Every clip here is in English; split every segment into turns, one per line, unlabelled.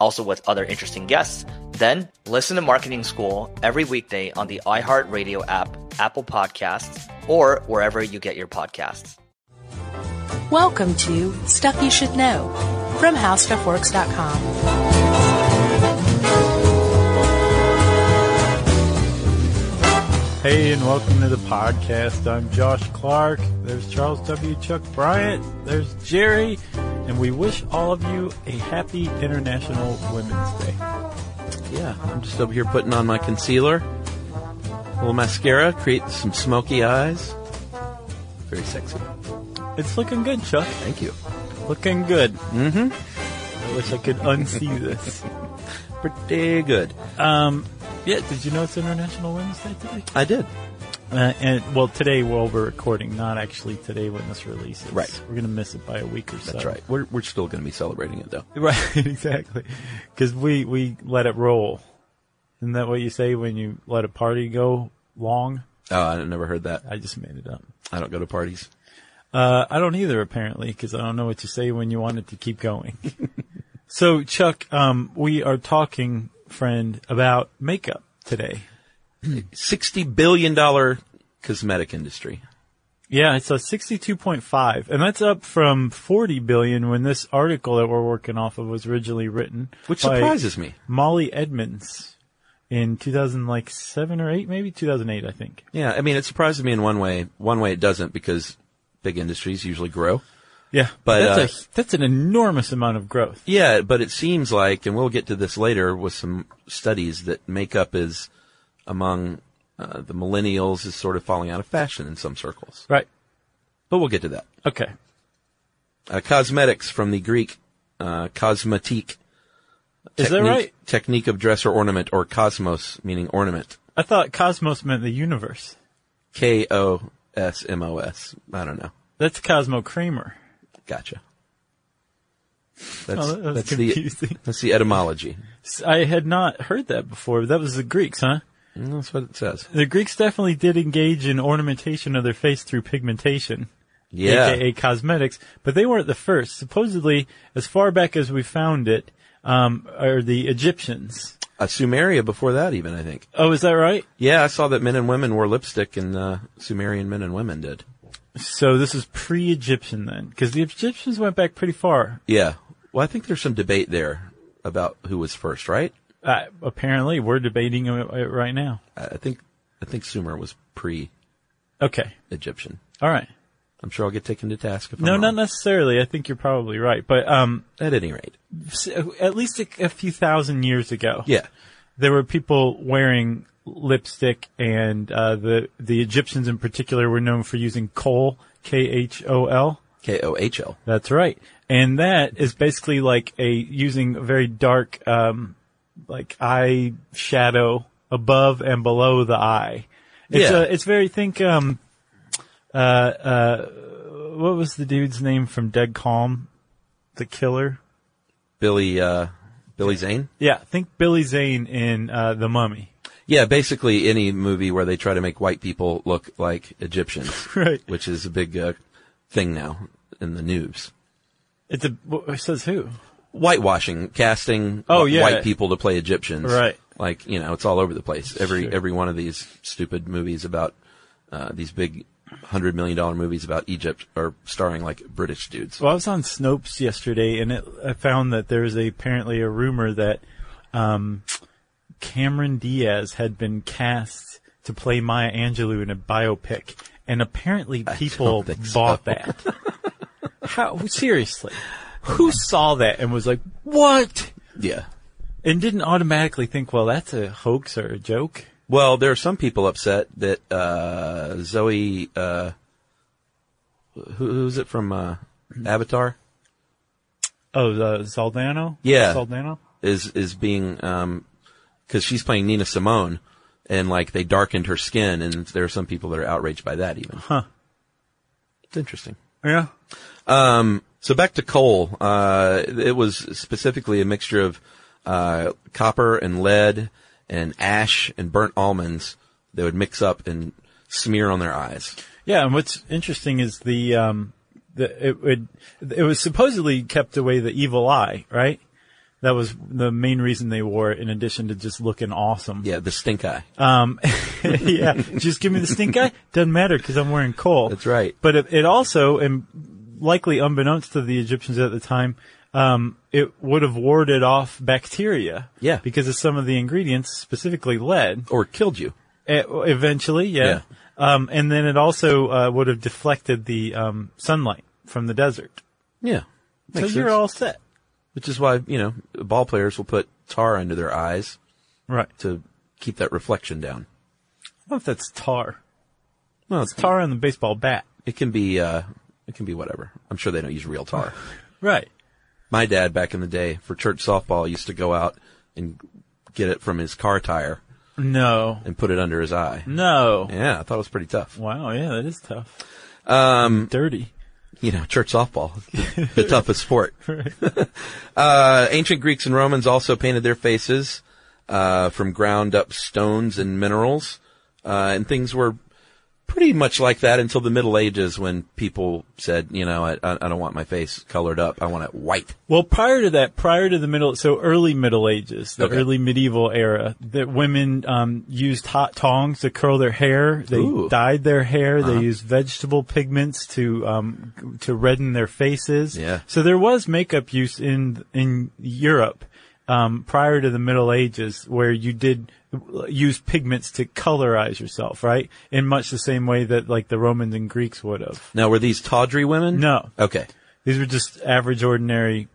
also with other interesting guests, then listen to Marketing School every weekday on the iHeartRadio app, Apple Podcasts, or wherever you get your podcasts.
Welcome to Stuff You Should Know from HowStuffWorks.com.
Hey, and welcome to the podcast. I'm Josh Clark. There's Charles W. Chuck Bryant. There's Jerry. And we wish all of you a happy International Women's Day.
Yeah, I'm just over here putting on my concealer, a little mascara, create some smoky eyes. Very sexy.
It's looking good, Chuck.
Thank you.
Looking good. Mm
Mm-hmm.
hmm. I wish I could unsee this.
Pretty good.
Um, yeah, did you know it's International Women's Day today?
I did.
Uh, and well, today while we're recording, not actually today when this releases.
Right.
We're gonna miss it by a week or so.
That's right. We're, we're still going to be celebrating it though.
Right, exactly. Because we we let it roll. Isn't that what you say when you let a party go long?
Oh, I never heard that.
I just made it up.
I don't go to parties.
Uh, I don't either, apparently, because I don't know what you say when you want it to keep going. so, Chuck, um, we are talking, friend, about makeup today.
Sixty billion dollar cosmetic industry.
Yeah, it's a 62.5, and that's up from 40 billion when this article that we're working off of was originally written.
Which
by
surprises me.
Molly Edmonds in 2007 or 8, maybe 2008, I think.
Yeah, I mean, it surprises me in one way. One way it doesn't because big industries usually grow.
Yeah,
But,
that's a that's an enormous amount of growth.
Yeah, but it seems like, and we'll get to this later with some studies that makeup is among uh, the millennials is sort of falling out of fashion in some circles.
Right.
But we'll get to that.
Okay.
Uh, cosmetics from the Greek uh, cosmetique.
Is that
technique-
right?
Technique of dress or ornament, or cosmos, meaning ornament.
I thought cosmos meant the universe.
K O S M O S. I don't know.
That's Cosmo Kramer.
Gotcha. That's,
Oh, that was
that's the
confusing.
that's the etymology.
S- I had not heard that before. but That was the Greeks, huh?
Mm, That's what it says.
The Greeks definitely did engage in ornamentation of their face through pigmentation.
Yeah.
aka cosmetics, but they weren't the first. Supposedly, as far back as we found it, um, are the Egyptians.
Uh, Sumeria before that, even I think.
Oh, is that right?
Yeah, I saw that men and women wore lipstick, and uh, Sumerian men and women did.
So this is pre-Egyptian then, because the Egyptians went back pretty far.
Yeah. Well, I think there's some debate there about who was first, right?
Uh, apparently, we're debating it it right now.
I I think I think Sumer was pre-Egyptian.
Okay, all right.
I'm sure I'll get taken to task if
No,
I'm
not
wrong.
necessarily. I think you're probably right, but um,
At any rate,
s- at least a, a few thousand years ago,
yeah,
there were people wearing lipstick, and uh, the the Egyptians in particular were known for using coal, K H O L.
K O H L.
That's right. And that is basically like a using a very dark, um, like eye shadow above and below the eye. It's
Yeah.
a, it's very think um uh uh what was the dude's name from Dead Calm? The killer?
Billy uh, Billy Zane.
Yeah, think Billy Zane in uh The Mummy.
Yeah, basically any movie where they try to make white people look like Egyptians,
Right.
which is a big uh, thing now in the news.
It's a wh- it says who?
whitewashing, casting
Oh,
wh-
yeah.
white people to play Egyptians.
Right.
Like, you know, it's all over the place. Every
Sure.
every one of these stupid movies about uh, these big hundred million dollar movies about Egypt are starring like British dudes.
Well, I was on Snopes yesterday, and it, I found that there is a, apparently a rumor that um, Cameron Diaz had been cast to play Maya Angelou in a biopic, And apparently
I
people
don't think so.
bought that. How, seriously, who saw that and was like, what?
Yeah.
And didn't automatically think, well, that's a hoax or a joke?
Well, there are some people upset that uh, Zoe, uh, who, who's it from uh, Avatar,
Oh, the Zaldano?
Yeah.
Zaldano?
is is being because she's playing Nina Simone, and like they darkened her skin, and there are some people that are outraged by that even.
Huh.
It's interesting.
Yeah.
So back to coal. Uh, it was specifically a mixture of uh, copper and lead and ash and burnt almonds. They would mix up and smear on their eyes.
Yeah, and what's interesting is the um, the it would it was supposedly kept away the evil eye, right? That was the main reason they wore it, in addition to just looking awesome.
Yeah, the stink eye.
Um, yeah, just give me the stink eye. Doesn't matter because I'm wearing coal.
That's right.
But it, it also, and likely unbeknownst to the Egyptians at the time, um, it would have warded off bacteria.
Yeah.
Because of some of the ingredients, specifically lead.
or killed you.
E- eventually, yeah. Um, and then it also uh, would have deflected the um, sunlight from the desert.
Yeah.
so you're all set.
which is why, you know, ball players will put tar under their eyes
Right. I
to keep that reflection down.
don't know if that's tar.
Well,
It's tar on the baseball bat.
It can be, uh, it can be whatever. I'm sure they don't use real tar.
Right.
My dad back in the day for church softball used to go out and get it from his car tire
No.
and put it under his eye.
No.
Yeah, I thought it was pretty tough.
Wow. Yeah, that is tough. Um, dirty.
You know, church softball, the toughest sport. uh, ancient Greeks and Romans also painted their faces uh, from ground up stones and minerals, uh, and things were pretty much like that until the Middle Ages when people said, you know, I, I I don't want my face colored up. I want it white.
Well, prior to that, prior to the middle, so early Middle Ages, the
Okay.
early medieval era, that women um, used hot tongs to curl their hair. They
Ooh. Uh-huh.
dyed their hair. They used vegetable pigments to um, g- to redden their faces.
Yeah.
So there was makeup use in in Europe um, prior to the Middle Ages, where you did use pigments to colorize yourself, right? In much the same way that like the Romans and Greeks would have.
Now, were these tawdry women?
No,
Okay.
these were just average, ordinary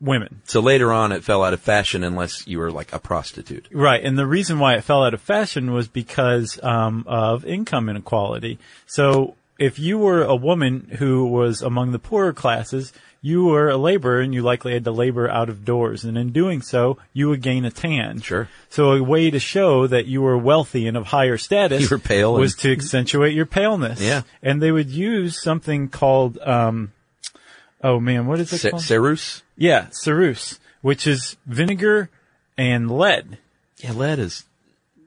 women.
So later on, it fell out of fashion unless you were like a prostitute.
Right, and the reason why it fell out of fashion was because um, of income inequality. So if you were a woman who was among the poorer classes, you were a laborer and you likely had to labor out of doors. And in doing so, you would gain a tan.
Sure.
So a way to show that you were wealthy and of higher status
You were pale
was
and-
to accentuate your paleness.
Yeah.
And they would use something called, um, oh man, what is it
Ce-
called?
Cerus?
yeah, ceruse, which is vinegar and lead.
Yeah, lead is.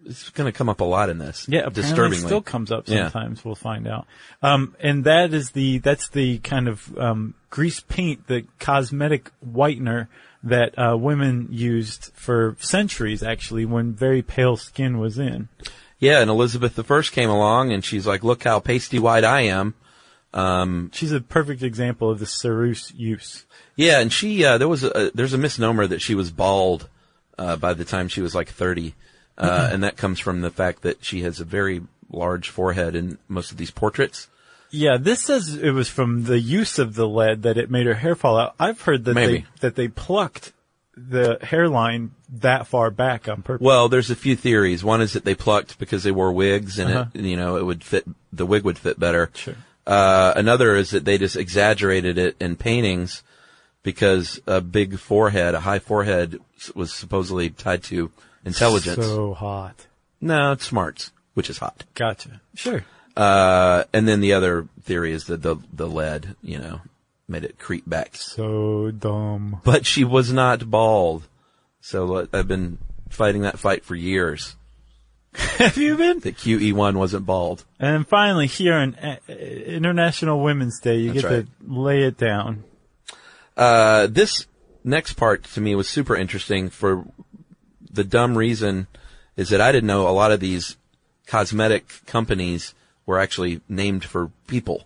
It's going to come up a lot in this.
Yeah, apparently
disturbingly.
it still comes up
Yeah.
sometimes. We'll find out. Um, and that is the that's the kind of um, grease paint, the cosmetic whitener that uh, women used for centuries, actually, when very pale skin was in.
Yeah, and Elizabeth I came along and she's like, look how pasty white I am.
She's a perfect example of the ceruse use.
Yeah, and she, uh, there was a, there's a misnomer that she was bald, uh, by the time she was like 30. Uh, and that comes from the fact that she has a very large forehead in most of these portraits.
Yeah, this says it was from the use of the lead that it made her hair fall out. I've heard that
Maybe.
they that they plucked the hairline that far back on purpose.
Well, there's a few theories. One is that they plucked because they wore wigs and
Uh-huh.
it, you know, it would fit, the wig would fit better.
Sure.
Uh, another is that they just exaggerated it in paintings because a big forehead, a high forehead s- was supposedly tied to intelligence.
so hot.
No, it's smarts, which is hot.
Gotcha. Sure.
Uh, and then the other theory is that the, the lead, you know, made it creep back.
So dumb.
But she was not bald. So uh, I've been fighting that fight for years.
Have you been?
That QE1 wasn't bald.
And finally, here on uh, International Women's Day, you
That's
get
right.
to lay it down.
Uh, this next part to me was super interesting for the dumb reason is that I didn't know a lot of these cosmetic companies were actually named for people.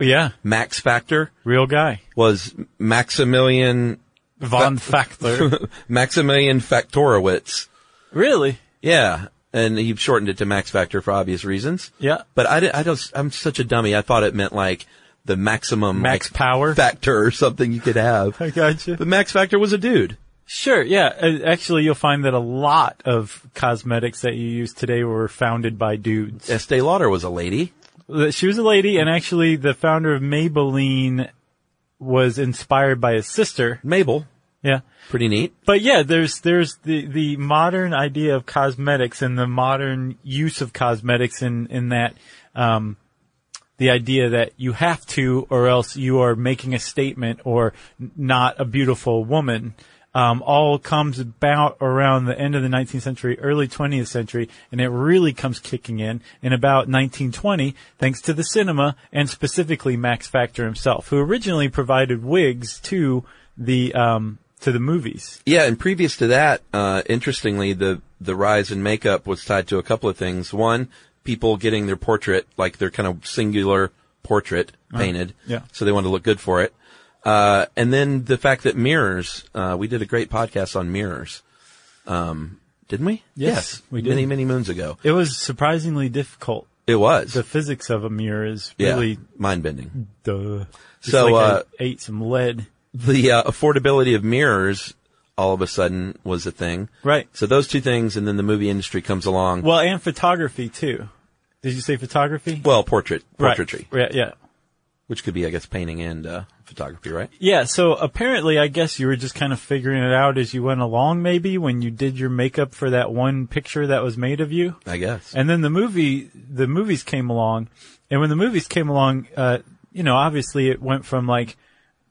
Yeah,
Max Factor
real guy.
was Maximilian
Von Factor.
Maximilian Factorowitz.
really?
Yeah. and he shortened it to max factor for obvious reasons.
Yeah.
But I, di- I don't, I'm such a dummy. I thought it meant like the maximum
Max
like,
power?
factor or something you could have.
I gotcha.
But max factor was a dude.
Sure, yeah. Uh, Actually, you'll find that a lot of cosmetics that you use today were founded by dudes.
Estee Lauder was a lady.
Uh, She was a lady, and actually, the founder of Maybelline was inspired by his sister.
Mabel.
Yeah.
Pretty neat.
But yeah, there's, there's the, the modern idea of cosmetics and the modern use of cosmetics in, in that, um, the idea that you have to or else you are making a statement or n- not a beautiful woman, um, all comes about around the end of the 19th century, early 20th century, and it really comes kicking in in about 1920 thanks to the cinema and specifically Max Factor himself, who originally provided wigs to the, um, to the movies.
Yeah, and previous to that, uh, interestingly, the the rise in makeup was tied to a couple of things. One, people getting their portrait, like their kind of singular portrait, painted.
Uh-huh. yeah.
So they wanted to look good for it. Uh, and then the fact that mirrors, uh, we did a great podcast on mirrors. Um, didn't we?
Yes, we did.
Many, many moons ago.
It was surprisingly difficult.
It was.
The physics of a mirror is
yeah.
really
Mind bending.
duh. Just
So,
like I
uh,
ate some lead.
The uh, affordability of mirrors all of a sudden was a thing.
Right.
So those two things, and then the movie industry comes along.
Well, and photography too. Did you say photography?
Well, portrait,
Right.
portraiture,
Yeah, yeah.
which could be, I guess, painting and uh, photography, right?
Yeah, so apparently I guess you were just kind of figuring it out as you went along maybe when you did your makeup for that one picture that was made of you.
I guess.
And then the movie, the movies came along, and when the movies came along, uh, you know, obviously it went from like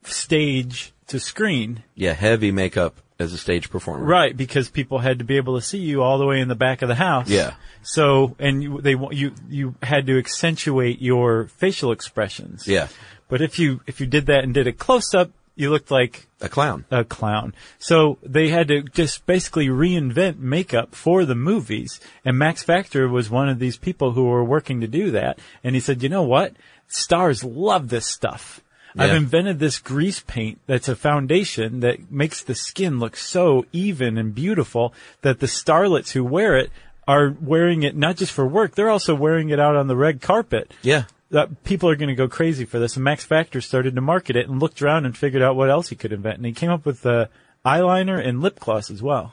stage to screen.
yeah, heavy makeup as a stage performer.
Right, because people had to be able to see you all the way in the back of the house.
Yeah.
So, and you, they wa- you you had to accentuate your facial expressions.
Yeah,
But if you if you did that and did a close up, you looked like
a clown.
a clown. So they had to just basically reinvent makeup for the movies. And Max Factor was one of these people who were working to do that. And he said, you know what? Stars love this stuff. I've
Yeah.
invented this grease paint that's a foundation that makes the skin look so even and beautiful that the starlets who wear it are wearing it not just for work, they're also wearing it out on the red carpet
Yeah,
that people are going to go crazy for this. And Max Factor started to market it and looked around and figured out what else he could invent. And he came up with uh, eyeliner and lip gloss as well.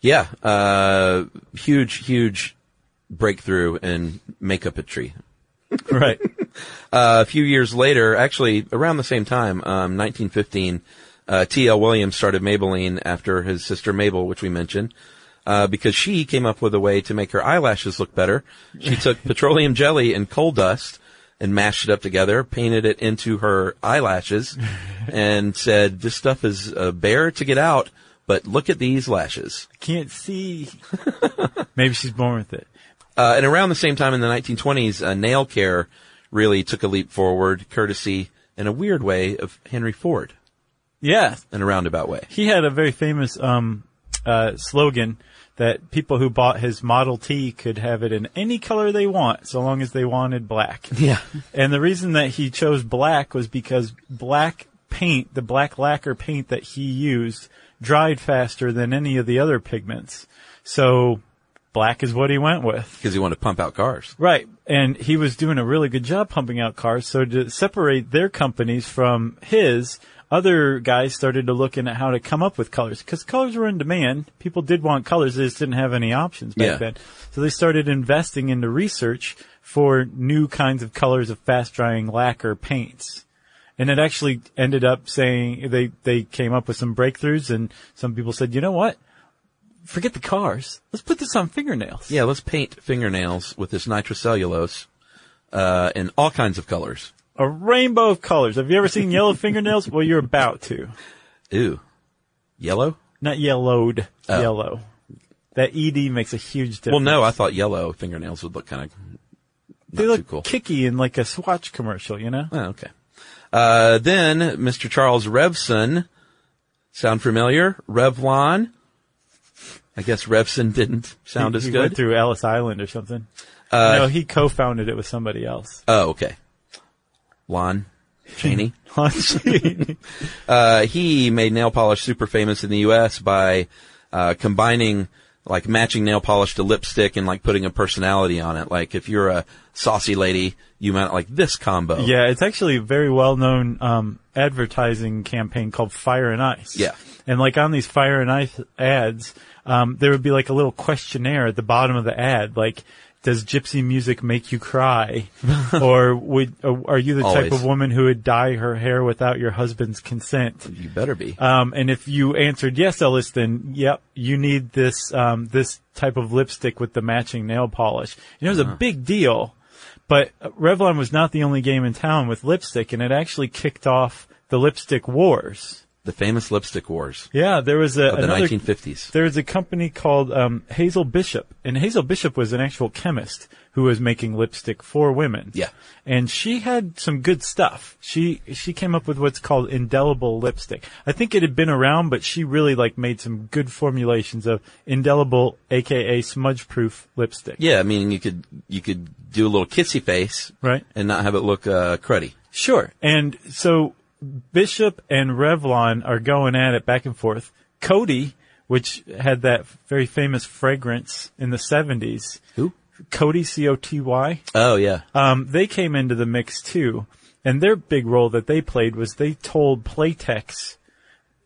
yeah. Uh, huge, huge breakthrough in makeupetry.
Right.
Uh, a few years later, actually around the same time, um, 1915, uh, T.L. Williams started Maybelline after his sister Mabel, which we mentioned, uh, because she came up with a way to make her eyelashes look better. She took petroleum jelly and coal dust and mashed it up together, painted it into her eyelashes, and said, this stuff is uh, bare to get out, but look at these lashes.
Can't see. Maybe she's born with it.
Uh, and around the same time in the 1920s, uh, nail care really took a leap forward, courtesy in a weird way of Henry Ford
Yeah.
in a roundabout way.
He had a very famous um, uh, slogan that people who bought his Model T could have it in any color they want, so long as they wanted black.
Yeah.
And the reason that he chose black was because black paint, the black lacquer paint that he used, dried faster than any of the other pigments. So black is what he went with.
Because he wanted to pump out cars.
Right. And he was doing a really good job pumping out cars. So to separate their companies from his, other guys started to looking at how to come up with colors because colors were in demand. People did want colors. They just didn't have any options back
Yeah.
then. So they started investing into research for new kinds of colors of fast drying lacquer paints. And it actually ended up saying they, they came up with some breakthroughs and some people said, you know what? Forget the cars. Let's put this on fingernails.
Yeah, let's paint fingernails with this nitrocellulose uh, in all kinds of colors.
A rainbow of colors. Have you ever seen yellow fingernails? Well, you're about to.
Ooh. Yellow?
Not yellowed,
Oh.
yellow. That ED makes a huge difference.
Well, no, I thought yellow fingernails would look kind of not
they
too
look
cool.
kicky in like a Swatch commercial, you know?
Oh, okay. Uh, then Mr. Charles Revson. Sound familiar? Revlon. I guess Revson didn't sound
he,
as
he
good. Uh,
went through Ellis Island or something. no, he co-founded it with somebody else.
oh, okay. Lon Chaney.
Lon Chaney.
uh, he made nail polish super famous in the U.S. by uh, combining like matching nail polish to lipstick and like putting a personality on it. Like if you're a saucy lady, you might like this combo.
Yeah, it's actually a very well known um, advertising campaign called Fire and Ice.
Yeah.
And like on these Fire and Ice ads, um, there would be like a little questionnaire at the bottom of the ad, like. Does gypsy music make you cry, or would or are you the type
Always.
of woman who would dye her hair without your husband's consent?
You better be.
Um, and if you answered yes, Ellis, then yep, you need this um, this type of lipstick with the matching nail polish. And it was a big deal, but Revlon was not the only game in town with lipstick, and it actually kicked off the lipstick wars.
the famous lipstick wars
Yeah, there was a
of the
another,
1950s.
there was a company called um, Hazel Bishop, and Hazel Bishop was an actual chemist who was making lipstick for women.
Yeah.
and she had some good stuff. She she came up with what's called indelible lipstick. I think it had been around, but she really like made some good formulations of indelible, aka smudge-proof lipstick.
Yeah, meaning you could you could do a little kissy face,
Right.
and not have it look uh, cruddy.
Sure. And so Bishop and Revlon are going at it back and forth. Cody, which had that very famous fragrance in the 70s.
Who?
Cody, C-O-T-Y.
Oh yeah,
Um, they came into the mix too. And their big role that they played was they told Playtex,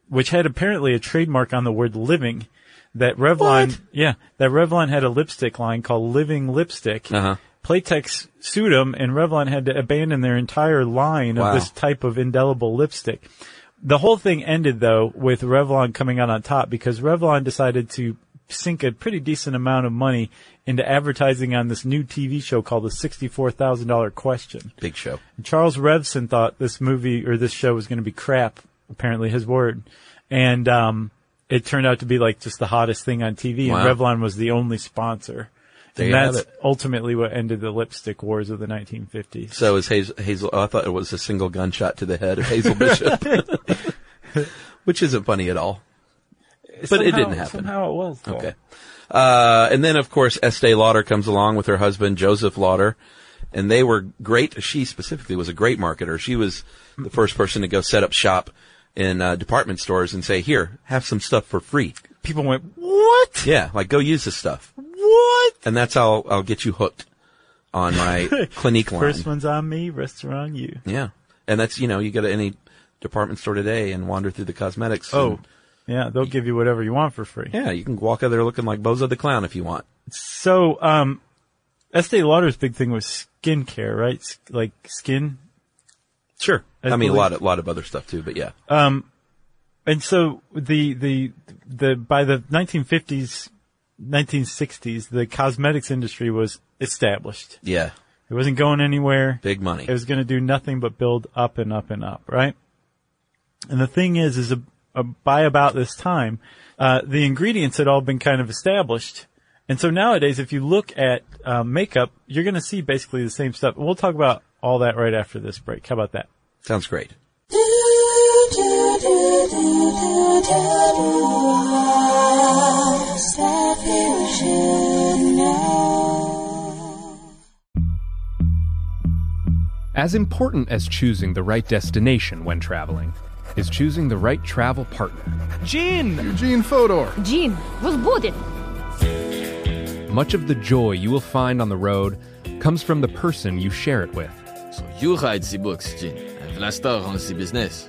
which had apparently a trademark on the word living, that Revlon, yeah, that Revlon had a lipstick line called Living Lipstick.
Uh-huh.
Playtex sued them and Revlon had to abandon their entire line
Wow.
of this type of indelible lipstick. The whole thing ended though with Revlon coming out on top because Revlon decided to sink a pretty decent amount of money into advertising on this new TV show called The $64,000 Question.
big show.
And Charles Revson thought this movie or this show was going to be crap, apparently his word. And, um, it turned out to be like just the hottest thing on TV
Wow.
and Revlon was the only sponsor.
There
and
you have
that's
it.
ultimately what ended the lipstick wars of the 1950s.
So is Hazel? Hazel oh, I thought it was a single gunshot to the head of Hazel Bishop, which isn't funny at all. But it
Somehow-
didn't happen.
Somehow it was. though.
Okay. Uh, and then of course Estee Lauder comes along with her husband Joseph Lauder, and they were great. She specifically was a great marketer. She was the first person to go set up shop in uh, department stores and say, "Here, have some stuff for free."
People went, what?
Yeah, like go use this stuff,
What?
and that's how I'll get you hooked on my Clinique line.
First one's on me, rest are on you.
Yeah, and that's you know you go to any department store today and wander through the cosmetics. and-
Oh. Yeah, they'll give you whatever you want for free.
yeah, you can walk out there looking like Bozo the Clown if you want.
So, um, Estee Lauder's big thing was skincare, right? S- like skin.
Sure, I,
I
mean a
believe-
lot, a lot of other stuff too, but yeah,
And so the, the, the, by the 1950s, 1960s, the cosmetics industry was established.
yeah,
It wasn't going anywhere.
big money.
It was going to do nothing but build up and up and up, right? And the thing is, is a, a, by about this time, uh, the ingredients had all been kind of established. And so nowadays, if you look at uh, makeup, you're going to see basically the same stuff. And we'll talk about all that right after this break. How about that?
Sounds great.
As important as choosing the right destination when traveling is choosing the right travel partner.
Eugene Fodor.
Gene, возбудит!
Much of the joy you will find on the road comes from the person you share it with.
So you write the books, Jin, and Vlastar runs the business.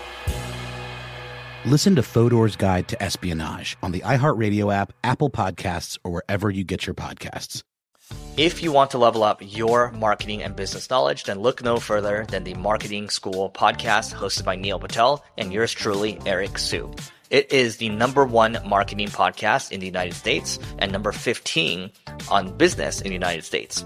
Listen to Fodor's Guide to Espionage on the iHeartRadio app, Apple Podcasts, or wherever you get your podcasts.
If you want to level up your marketing and business knowledge, then look no further than the Marketing School podcast hosted by Neil Patel and yours truly, Eric Sue. It is the number one marketing podcast in the United States and number 15 on business in the United States.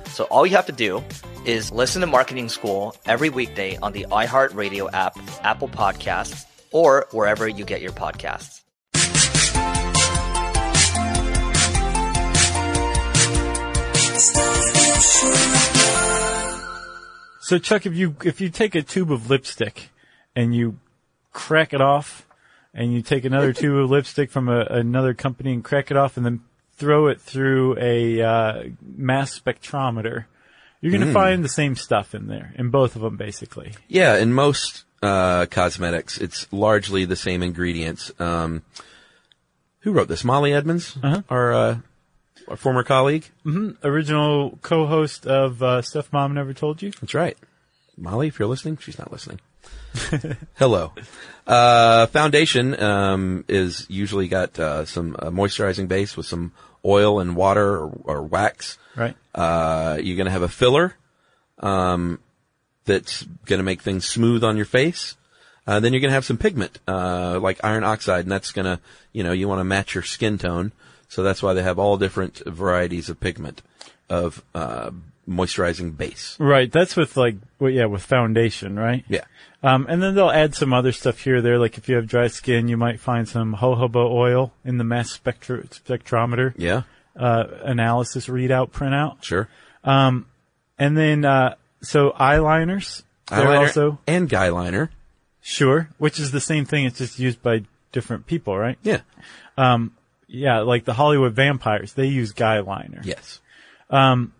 So all you have to do is listen to Marketing School every weekday on the iHeartRadio app, Apple Podcasts, or wherever you get your podcasts.
So Chuck, if you if you take a tube of lipstick and you crack it off and you take another tube of lipstick from a, another company and crack it off and then throw it through a uh, mass spectrometer, you're going to
Mm.
find the same stuff in there, in both of them, basically.
Yeah, in most uh, cosmetics, it's largely the same ingredients. Um, who wrote this? Molly Edmonds, our uh, our former colleague.
hmm Original co-host of uh, Stuff Mom Never Told You.
That's right. Molly, if you're listening, she's not listening. Hello. Uh, foundation um, is usually got uh, some uh, moisturizing base with some oil and water or, or wax.
Right.
Uh, you're going to have a filler um, that's going to make things smooth on your face. Uh, then you're going to have some pigment, uh, like iron oxide, and that's going to, you know, you want to match your skin tone. So that's why they have all different varieties of pigment of uh, moisturizing base.
Right. That's with like, well, yeah, with foundation, right?
Yeah.
Um, and then they'll add some other stuff here or there. Like if you have dry skin, you might find some jojoba oil in the mass spectro- spectrometer.
Yeah.
Uh, analysis readout printout.
Sure.
Um, and then, uh, so eyeliners. They're
Eyeliner
also.
and guyliner.
Sure. Which is the same thing. It's just used by different people, right?
Yeah.
Um, yeah, like the Hollywood vampires, they use guyliner.
Yes.
Um,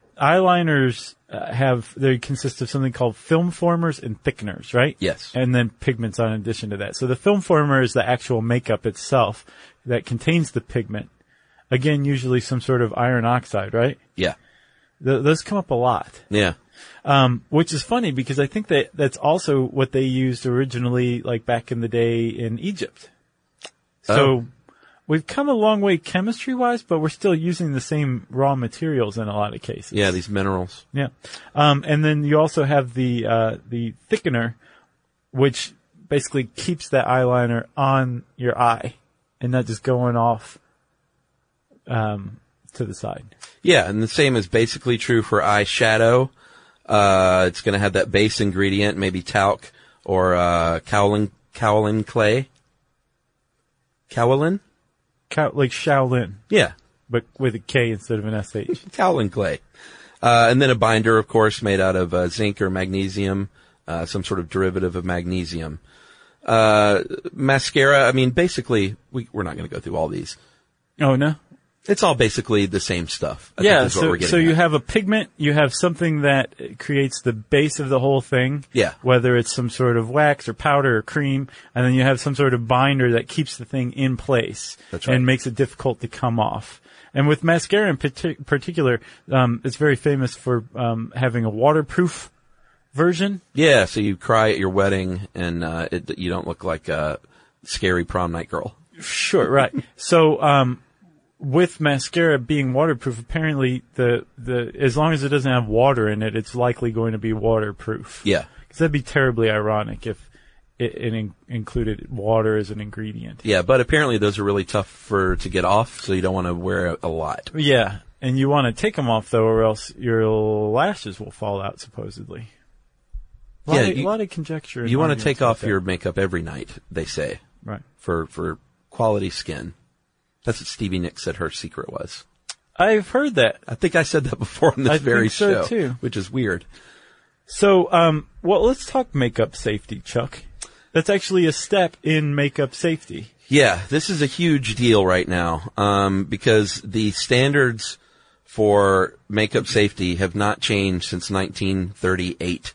eyeliners uh, have they consist of something called film formers and thickeners, right?
Yes.
And then pigments on addition to that. So the film former is the actual makeup itself that contains the pigment. Again, usually some sort of iron oxide, right?
Yeah.
Th- those come up a lot.
Yeah.
Um, which is funny because I think that that's also what they used originally, like back in the day in Egypt.
Oh.
So we've come a long way chemistry wise, but we're still using the same raw materials in a lot of cases.
Yeah, these minerals.
Yeah. Um, and then you also have the, uh, the thickener, which basically keeps that eyeliner on your eye and not just going off, um, to the side.
Yeah, and the same is basically true for eyeshadow. Uh, it's going to have that base ingredient, maybe talc or uh, cowlin cowlin clay. Cowlin?
Cow- like Shaolin,
Yeah,
but with a K instead of an SH.
cowlin clay. Uh, and then a binder, of course, made out of uh, zinc or magnesium, uh, some sort of derivative of magnesium. Uh, mascara, I mean, basically, we, we're not going to go through all these.
Oh no.
It's all basically the same stuff. I think
yeah.
is what
So,
we're getting
so
at.
you have a pigment, you have something that creates the base of the whole thing.
Yeah.
Whether it's some sort of wax or powder or cream, and then you have some sort of binder that keeps the thing in place
That's right.
and makes it difficult to come off. And with mascara in partic- particular, um, it's very famous for um, having a waterproof version.
Yeah, so you cry at your wedding and uh, it, you don't look like a scary prom night girl.
Sure, right. so, um, with mascara being waterproof, apparently the, the, as long as it doesn't have water in it, it's likely going to be waterproof.
Yeah.
Cause that'd be terribly ironic if it, it in- included water as an ingredient.
Yeah, but apparently those are really tough for to get off, so you don't want to wear a, a lot.
Yeah. And you want to take them off though, or else your lashes will fall out supposedly. Lot
yeah,
of- lot of conjecture and
You want to
arguments
take
about
off
that.
your makeup every night, they say.
Right.
For for quality skin. That's what Stevie Nicks said her secret was.
I've heard that.
I think I said that before on this
I think
very
so,
show,
too.
which is weird.
So, um, well, let's talk makeup safety, Chuck. That's actually a step in makeup safety.
Yeah, this is a huge deal right now um, because the standards for makeup safety have not changed since 1938.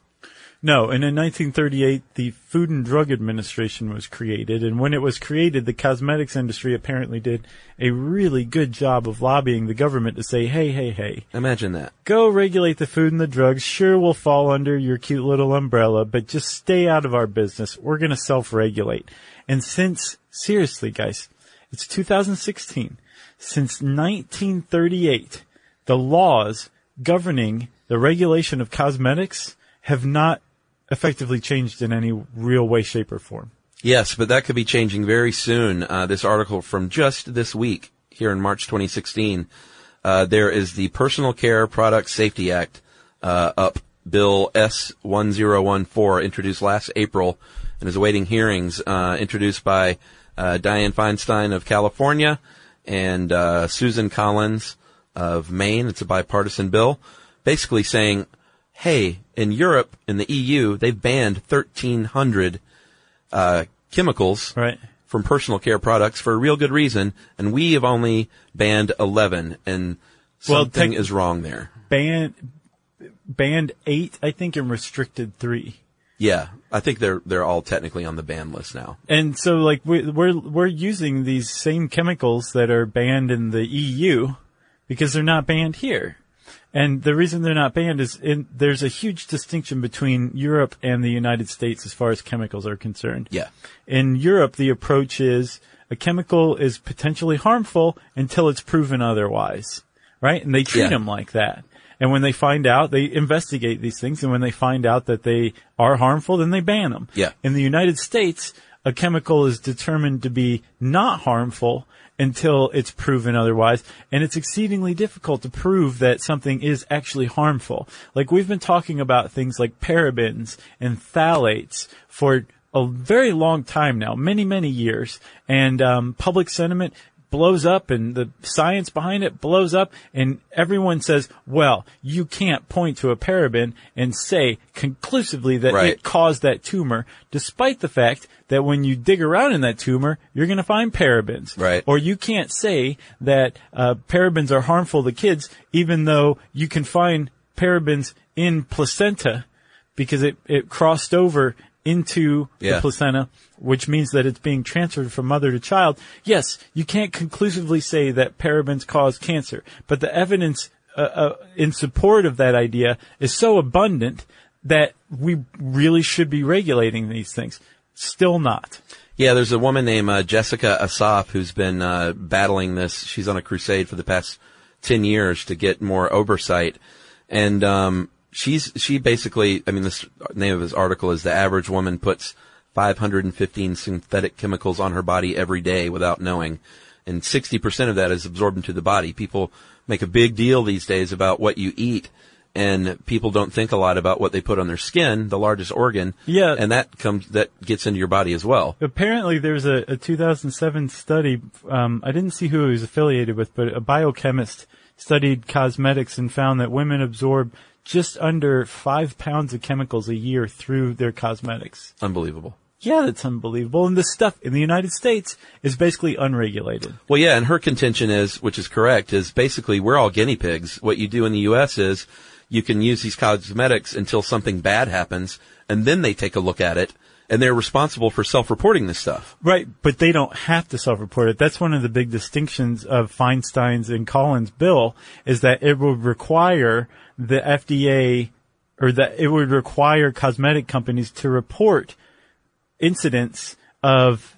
No, and in 1938, the Food and Drug Administration was created, and when it was created, the cosmetics industry apparently did a really good job of lobbying the government to say, hey, hey, hey.
Imagine that.
Go regulate the food and the drugs. Sure, we'll fall under your cute little umbrella, but just stay out of our business. We're gonna self-regulate. And since, seriously guys, it's 2016. Since 1938, the laws governing the regulation of cosmetics have not effectively changed in any real way, shape, or form.
Yes, but that could be changing very soon. Uh, this article from just this week, here in March 2016, uh, there is the Personal Care Product Safety Act uh, up, Bill S1014, introduced last April and is awaiting hearings, uh, introduced by Diane Feinstein of California and uh, Susan Collins of Maine. It's a bipartisan bill, basically saying, hey, in Europe, in the EU, they've banned 1,300 uh, chemicals
right.
from personal care products for a real good reason, and we have only banned 11, and something
tech-
is wrong there.
Ban, banned eight, I think, and restricted three.
Yeah, I think they're they're all technically on the ban list now.
And so, like, we're we're, we're using these same chemicals that are banned in the EU because they're not banned here. And the reason they're not banned is in, there's a huge distinction between Europe and the United States as far as chemicals are concerned.
Yeah.
In Europe, the approach is a chemical is potentially harmful until it's proven otherwise, right? And they treat
Yeah.
them like that. And when they find out, they investigate these things. And when they find out that they are harmful, then they ban them.
Yeah.
In the United States, a chemical is determined to be not harmful until it's proven otherwise. And it's exceedingly difficult to prove that something is actually harmful. Like we've been talking about things like parabens and phthalates for a very long time now, many, many years. And, um, public sentiment blows up and the science behind it blows up and everyone says, well, you can't point to a paraben and say conclusively that
Right.
it caused that tumor, despite the fact that when you dig around in that tumor, you're going to find parabens.
Right.
Or you can't say that uh, parabens are harmful to kids, even though you can find parabens in placenta because it, it crossed over into
Yeah.
the placenta, which means that it's being transferred from mother to child. Yes, you can't conclusively say that parabens cause cancer, but the evidence uh, uh, in support of that idea is so abundant that we really should be regulating these things. Still not.
Yeah, there's a woman named uh, Jessica Asaf who's been uh, battling this. She's on a crusade for the past ten years to get more oversight, and um, she's she basically. I mean, this name of this article is "The Average Woman Puts 515 Synthetic Chemicals on Her Body Every Day Without Knowing," and 60% of that is absorbed into the body. People make a big deal these days about what you eat. And people don't think a lot about what they put on their skin, the largest organ.
Yeah.
And that comes, that gets into your body as well.
Apparently, there's a, a 2007 study. Um, I didn't see who it was affiliated with, but a biochemist studied cosmetics and found that women absorb just under five pounds of chemicals a year through their cosmetics.
Unbelievable.
Yeah, that's unbelievable. And this stuff in the United States is basically unregulated.
Well, yeah, and her contention is, which is correct, is basically we're all guinea pigs. What you do in the U.S. is you can use these cosmetics until something bad happens, and then they take a look at it, and they're responsible for self-reporting this stuff.
Right, but they don't have to self-report it. That's one of the big distinctions of Feinstein's and Collins' bill is that it would require the FDA or that it would require cosmetic companies to report incidents of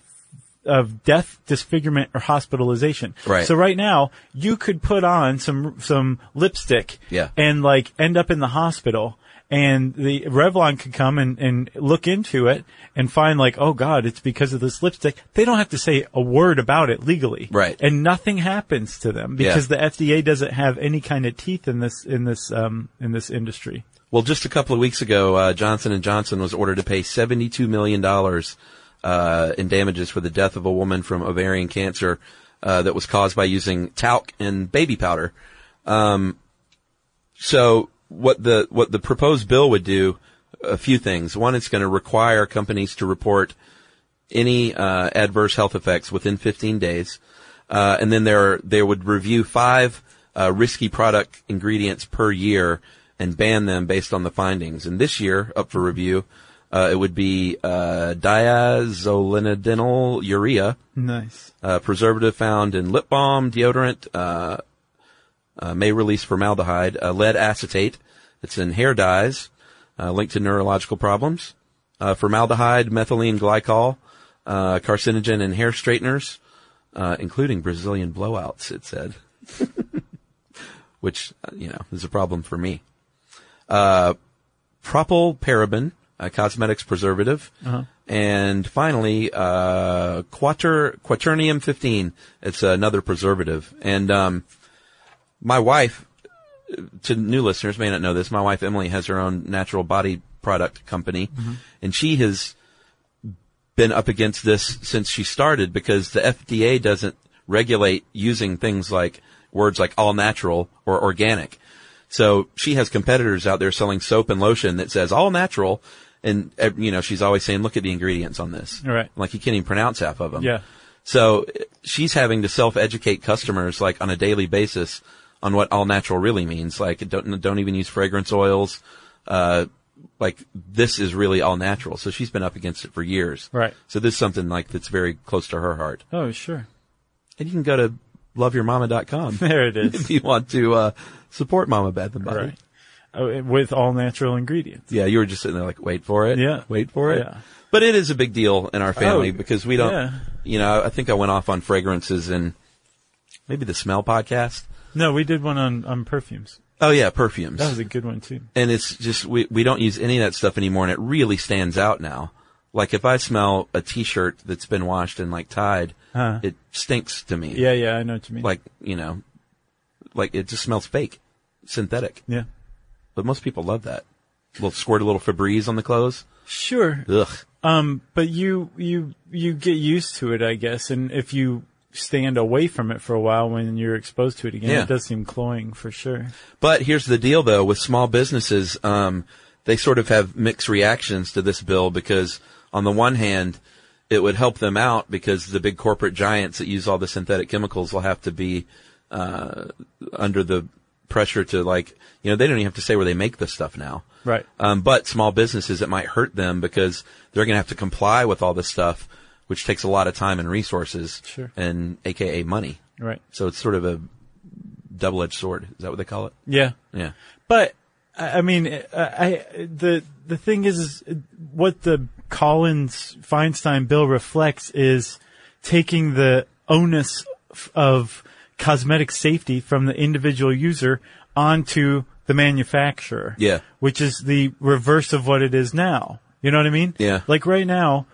of death, disfigurement, or hospitalization.
Right.
So right now, you could put on some some lipstick
Yeah.
and like end up in the hospital. And the Revlon could come and, and look into it and find like, oh God, it's because of this lipstick. They don't have to say a word about it legally.
Right.
And nothing happens to them because the FDA doesn't have any kind of teeth in this, in this, um, in this industry.
Well, just a couple of weeks ago, uh, Johnson and Johnson was ordered to pay seventy-two million dollars uh, in damages for the death of a woman from ovarian cancer uh, that was caused by using talc and baby powder. Um, So what the what the proposed bill would do a few things. One, it's going to require companies to report any uh, adverse health effects within 15 days, uh, and then there are, they would review five uh, risky product ingredients per year, and ban them based on the findings. And this year, up for review, uh, it would be uh, diazolinidinyl urea.
Nice.
Uh, preservative found in lip balm, deodorant, uh, uh, may release formaldehyde, uh, lead acetate. It's in hair dyes, uh, linked to neurological problems. Uh, formaldehyde, methylene glycol, uh, carcinogen in hair straighteners, uh, including Brazilian blowouts, it said. Which, uh, you know, is a problem for me. Uh, propylparaben, a cosmetics preservative.
Uh-huh.
And finally, uh, quater, quaternium 15. It's another preservative. And, um, my wife, to new listeners may not know this, my wife Emily has her own natural body product company, and she has been up against this since she started because the FDA doesn't regulate using things like words like all natural or organic. So she has competitors out there selling soap and lotion that says all natural, and eh, you know she's always saying, "Look at the ingredients on this."
Right.
Like you can't even pronounce half of them.
Yeah.
So eh, she's having to self-educate customers like on a daily basis on what all natural really means. Like don't don't even use fragrance oils. Uh, like this is really all natural. So she's been up against it for years.
Right.
So this is something like that's very close to her heart.
Oh, sure.
And you can go to loveyourmama.com
There it is.
if you want to uh, support Mama Bad the Body.
Right. Oh, with all natural ingredients.
Yeah, you were just sitting there like, wait for it.
Yeah.
Wait for it.
Yeah.
But it is a big deal in our family
Oh,
because we don't,
yeah.
you know, I think I went off on fragrances and maybe the smell podcast.
No, we did one on, on perfumes.
Oh yeah, perfumes.
That was a good one too.
and it's just, we, we don't use any of that stuff anymore and it really stands out now. Like if I smell a t-shirt that's been washed and like tied,
Huh.
it stinks to me.
Yeah, yeah, I know what you mean.
Like, you know, like it just smells fake, synthetic.
yeah.
But most people love that. We'll squirt a little Febreze on the clothes.
Sure.
Ugh.
Um, but you, you, you get used to it, I guess. And if you stand away from it for a while when you're exposed to it again,
Yeah.
it does seem cloying for sure.
But here's the deal though, with small businesses, um, they sort of have mixed reactions to this bill because on the one hand, it would help them out because the big corporate giants that use all the synthetic chemicals will have to be, uh, under the pressure to like, you know, they don't even have to say where they make this stuff now.
Right.
Um, but small businesses, it might hurt them because they're going to have to comply with all this stuff, which takes a lot of time and resources
Sure.
and aka money.
Right.
So it's sort of a double-edged sword. Is that what they call it?
Yeah.
Yeah.
But I I mean, I, I the the thing is, is what the Collins Feinstein bill reflects is taking the onus f- of cosmetic safety from the individual user onto the manufacturer.
Yeah.
which is the reverse of what it is now. You know what I mean?
Yeah.
Like right now,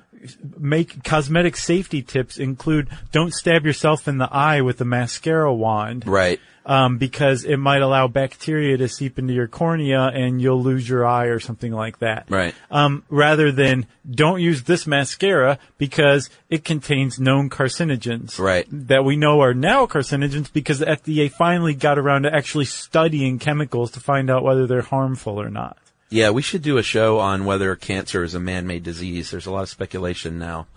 make cosmetic safety tips include don't stab yourself in the eye with a mascara wand
Right.
um, because it might allow bacteria to seep into your cornea and you'll lose your eye or something like that.
Right.
Um, rather than don't use this mascara because it contains known carcinogens.
Right.
That we know are now carcinogens because the FDA finally got around to actually studying chemicals to find out whether they're harmful or not.
Yeah, we should do a show on whether cancer is a man-made disease. There's a lot of speculation now.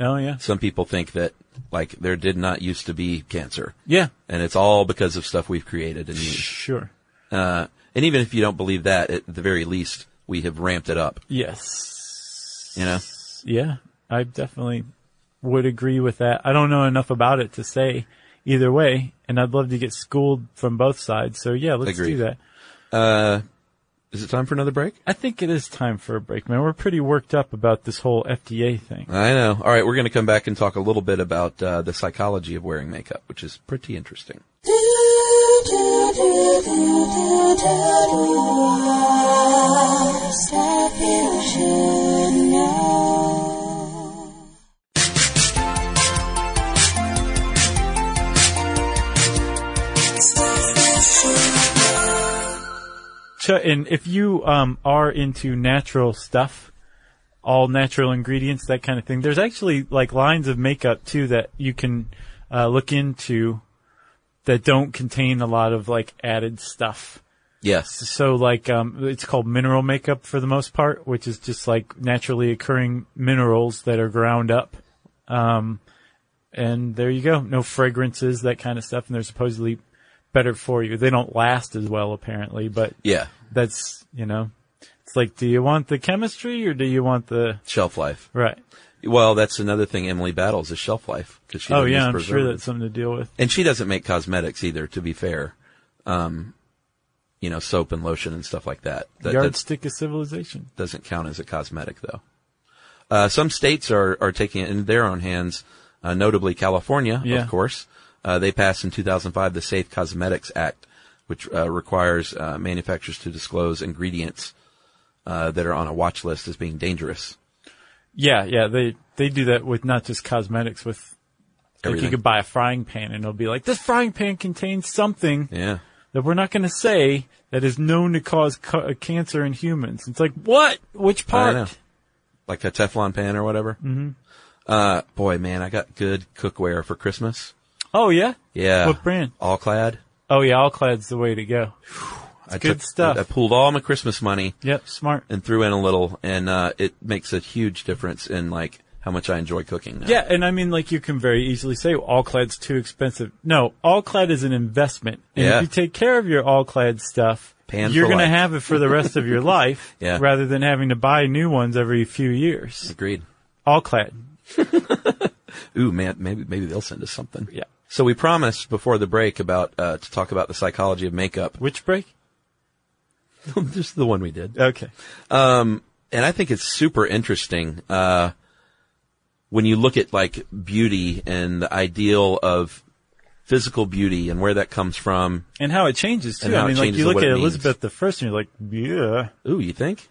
Oh yeah.
Some people think that like there did not used to be cancer,
Yeah.
and it's all because of stuff we've created and used.
Sure.
Uh, and even if you don't believe that, at the very least, we have ramped it up.
Yes.
You know?
Yeah, I definitely would agree with that. I don't know enough about it to say either way, and I'd love to get schooled from both sides. So yeah, let's do
Agreed.
that.
Is it time for another break?
I think it is time for a break, man. We're pretty worked up about this whole FDA thing.
I know. All right, we're going to come back and talk a little bit about uh, the psychology of wearing makeup, which is pretty interesting.
Ch- and if you um, are into natural stuff, all natural ingredients, that kind of thing, there's actually like lines of makeup too that you can uh, look into that don't contain a lot of like added stuff.
Yes.
so like um it's called mineral makeup for the most part which is just like naturally occurring minerals that are ground up um and there you go no fragrances that kind of stuff and they're supposedly better for you they don't last as well apparently but
Yeah.
That's, you know, it's like, do you want the chemistry or do you want the
shelf life?
Right.
Well, that's another thing Emily battles is shelf life because she.
Oh
doesn't
yeah,
use
I'm sure
preservatives.
that's something to deal with.
And she doesn't make cosmetics either. To be fair, um, you know, soap and lotion and stuff like that. That that's-
Yardstick of civilization.
doesn't count as a cosmetic though. Uh, some states are, are taking it in their own hands, uh, notably California,
Yeah.
of course. Uh, they passed in 2005 the Safe Cosmetics Act, which uh, requires uh, manufacturers to disclose ingredients uh, that are on a watch list as being dangerous.
Yeah, yeah, they they do that with not just cosmetics, with like you
Everything.
could buy a frying pan and it'll be like this frying pan contains something
Yeah.
that we're not going to say that is known to cause ca- uh, cancer in humans. It's like what? Which
I
part?
know. Like a Teflon pan or whatever. Mm-hmm. Uh, boy, man, I got good cookware for Christmas.
Oh yeah,
Yeah.
What brand?
All clad.
Oh yeah, all clad's the way to go.
I
good stuff.
I pulled all my Christmas money.
Yep, smart.
and threw in a little, and uh, it makes a huge difference in like how much I enjoy cooking. Now.
Yeah, and I mean, like you can very easily say all clad's too expensive. No, all clad is an investment. And
Yeah.
if you take care of your all clad stuff,
Pan
you're
for
gonna
life.
have it for the rest of your life,
Yeah.
rather than having to buy new ones every few years.
agreed.
All clad.
Ooh, man, maybe maybe they'll send us something.
Yeah.
So we promised before the break about uh, to talk about the psychology of makeup.
Which break?
Just the one we did,
Okay.
and I think it's super interesting uh, when you look at like beauty and the ideal of physical beauty and where that comes from.
And how it changes too.
And how
I
it
mean, like
changes
you
and
look
what
at
it means.
Elizabeth the first, and you're like, yeah,
Ooh, you think?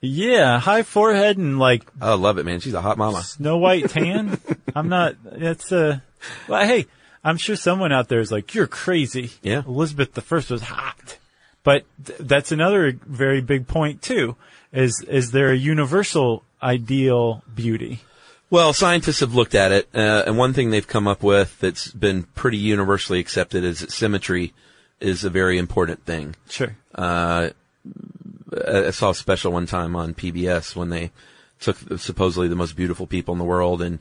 yeah, high forehead and like
I love it, man. She's a hot mama.
Snow White tan. I'm not. That's a. Well, hey, I'm sure someone out there is like, "You're crazy."
Yeah.
Elizabeth the First was hot, but th- that's another very big point too. Is is there a universal ideal beauty?
Well, scientists have looked at it, uh, and one thing they've come up with that's been pretty universally accepted is that symmetry is a very important thing.
Sure.
I I saw a special one time on PBS when they took supposedly the most beautiful people in the world and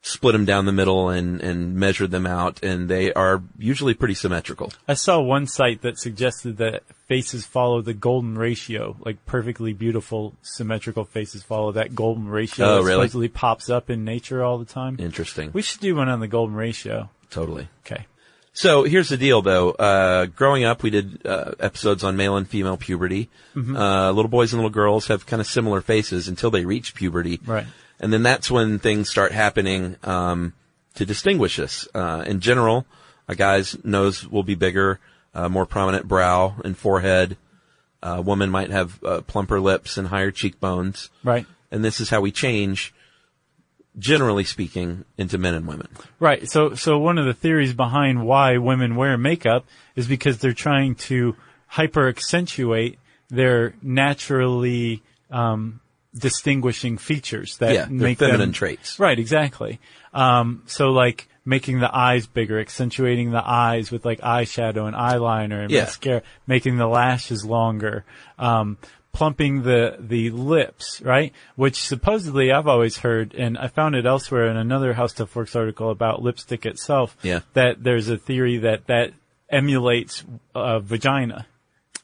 split them down the middle and, and measured them out, and they are usually pretty symmetrical.
I saw one site that suggested that faces follow the golden ratio, like perfectly beautiful symmetrical faces follow that golden ratio.
Oh,
that
really?
Supposedly pops up in nature all the time.
Interesting.
We should do one on the golden ratio.
totally.
Okay.
So here's the deal, though. Uh, growing up, we did uh, episodes on male and female puberty.
Mm-hmm.
Uh, little boys and little girls have kind of similar faces until they reach puberty,
Right.
And then that's when things start happening um, to distinguish us. Uh, in general, a guy's nose will be bigger, uh, more prominent brow and forehead. A woman might have uh, plumper lips and higher cheekbones,
Right.
and this is how we change, generally speaking, into men and women.
Right. So, so one of the theories behind why women wear makeup is because they're trying to hyper accentuate their naturally um, distinguishing features that
Yeah, their
make
feminine
them,
traits.
Right. Exactly. Um, so, like making the eyes bigger, accentuating the eyes with like eyeshadow and eyeliner and
Yeah.
mascara, making the lashes longer. Um, plumping the the lips, right? Which supposedly I've always heard, and I found it elsewhere in another How Stuff Works article about lipstick itself.
Yeah.
that there's a theory that that emulates uh, vagina.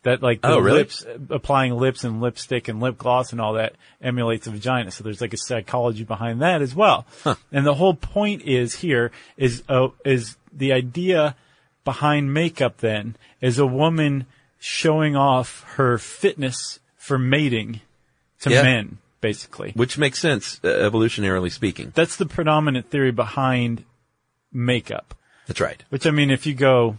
That like the
Oh, really?
lips, applying lips and lipstick and lip gloss and all that emulates a vagina. So there's like a psychology behind that as well. And the whole point is here is uh, is the idea behind makeup then is a woman showing off her fitness for mating to
Yeah.
men, basically.
Which makes sense, uh, evolutionarily speaking.
That's the predominant theory behind makeup.
That's right.
Which I mean, if you go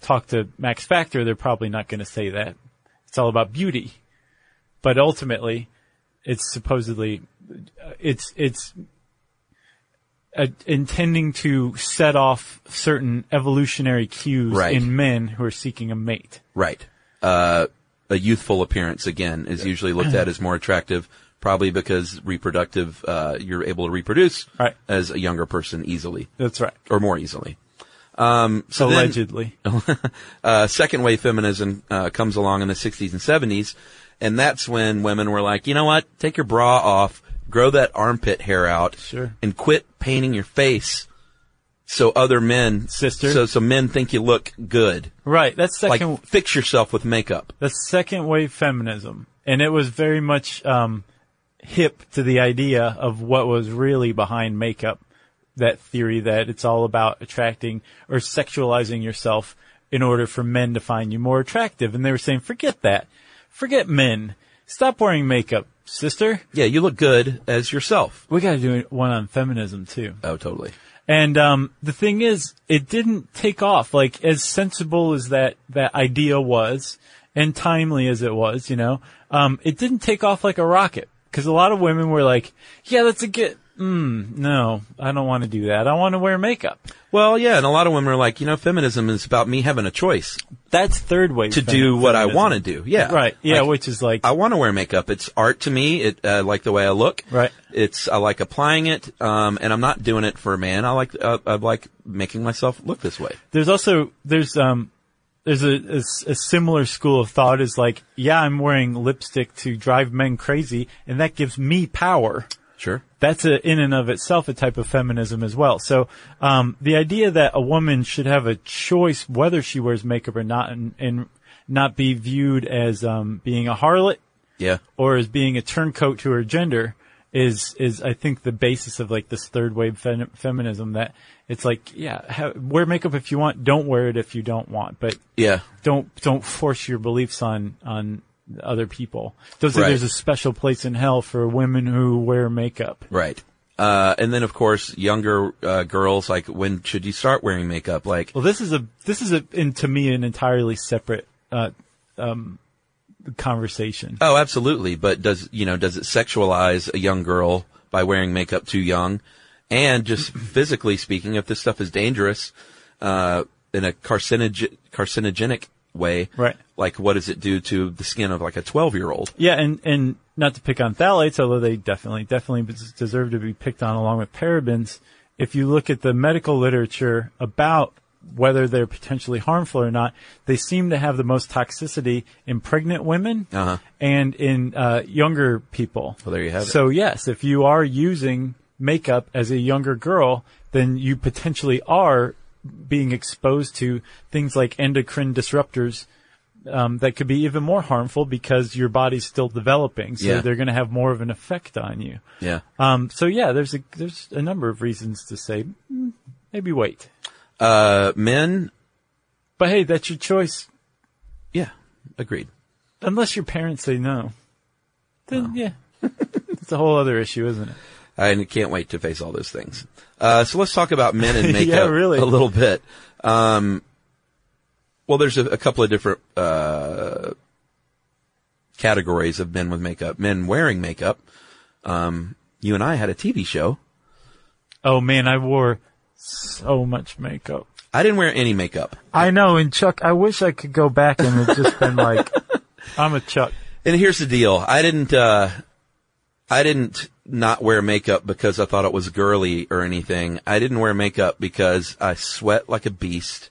talk to Max Factor, they're probably not going to say that. It's all about beauty, but ultimately, it's supposedly it's it's uh, intending to set off certain evolutionary cues
Right.
in men who are seeking a mate.
Right. Uh, a youthful appearance again is usually looked at as more attractive, probably because reproductive, uh, you're able to reproduce
Right.
as a younger person easily
That's right,
or more easily. Um, so then,
allegedly.
uh, second wave feminism, uh, comes along in the 60s and 70s. And that's when women were like, you know what? Take your bra off, grow that armpit hair out
Sure.
and quit painting your face so other men,
Sister.
so so men think you look good.
Right. That's second.
Like fix yourself with makeup.
That's second wave feminism, and it was very much um, hip to the idea of what was really behind makeup. That theory that it's all about attracting or sexualizing yourself in order for men to find you more attractive, and they were saying, forget that, forget men, stop wearing makeup, sister.
Yeah, you look good as yourself.
We got to do one on feminism too.
Oh, totally.
And um, the thing is, it didn't take off. Like as sensible as that that idea was, and timely as it was, you know, um, it didn't take off like a rocket. Because a lot of women were like, "Yeah, that's a good." Mm, no, I don't want to do that. I want to wear makeup.
Well, yeah, and a lot of women are like, you know, feminism is about me having a choice
That's third wave
to
femi-
do what I
feminism.
want to do. Yeah,
Right. Yeah,
Like,
which is like
I want to wear makeup. It's art to me. It uh, I like the way I look.
Right.
It's I like applying it, um, and I'm not doing it for a man. I like uh, I like making myself look this way.
there's also there's um there's a, a s- a similar school of thought is like yeah i'm wearing lipstick to drive men crazy and that gives me power
Sure.
that's a, in and of itself a type of feminism as well so um, the idea that a woman should have a choice whether she wears makeup or not and, and not be viewed as um, being a harlot
Yeah.
or as being a turncoat to her gender is is I think the basis of like this third wave fem- feminism that it's like yeah ha- wear makeup if you want don't wear it if you don't want but
Yeah.
don't don't force your beliefs on on other people don't say
Right.
there's a special place in hell for women who wear makeup
Right. Uh, and then of course younger uh, girls like when should you start wearing makeup? Like
well this is a this is a and to me an entirely separate uh, um, conversation
Oh, absolutely. But does, you know, does it sexualize a young girl by wearing makeup too young? And just physically speaking, if this stuff is dangerous, uh, in a carcinogen, carcinogenic way,
Right.
Like, what does it do to the skin of like a 12 year old?
Yeah, and and not to pick on phthalates, although they definitely definitely bes- deserve to be picked on along with parabens. If you look at the medical literature about whether they're potentially harmful or not, they seem to have the most toxicity in pregnant women
Uh-huh.
and in uh, younger people.
Well, there you have it.
So yes, if you are using makeup as a younger girl, then you potentially are being exposed to things like endocrine disruptors um, that could be even more harmful because your body's still developing, so
Yeah.
they're going to have more of an effect on you.
Yeah.
Um, so yeah, there's a there's a number of reasons to say mm, maybe wait,
Uh, men.
but hey, that's your choice.
Yeah. Agreed.
Unless your parents say no, then yeah, it's a whole other issue, isn't it?
I can't wait to face all those things. Uh, so let's talk about men and makeup
Yeah, really.
a little bit. Um, well, there's a, a couple of different uh, categories of men with makeup. Men wearing makeup. Um, you and I had a TV show.
Oh man, I wore so much makeup.
I didn't wear any makeup.
I know, and Chuck, I wish I could go back and have just been like, I'm a Chuck.
And here's the deal. I didn't, uh, I didn't not wear makeup because I thought it was girly or anything. I didn't wear makeup because I sweat like a beast.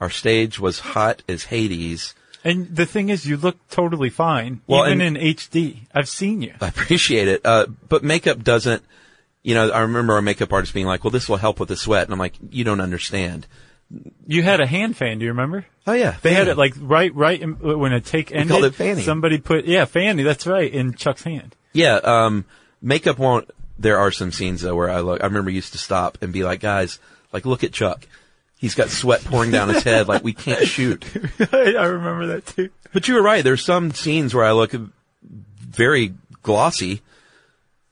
Our stage was hot as Hades.
And the thing is, you look totally fine,
Well,
even
and-
in HD. I've seen you.
I appreciate it. Uh, but makeup doesn't, you know, I remember our makeup artist being like, well, this will help with the sweat. And I'm like, you don't understand.
You had a hand fan. Do you remember?
Oh yeah.
They had it like right, right in, when a take ended.
called it fanny.
Somebody put, yeah, fanny. That's right, in Chuck's hand.
yeah. Um, makeup won't, there are some scenes though where I look, I remember used to stop and be like, guys, like look at Chuck. He's got sweat pouring down his head. Like we can't shoot.
I remember that too.
But you were right. There's some scenes where I look very glossy,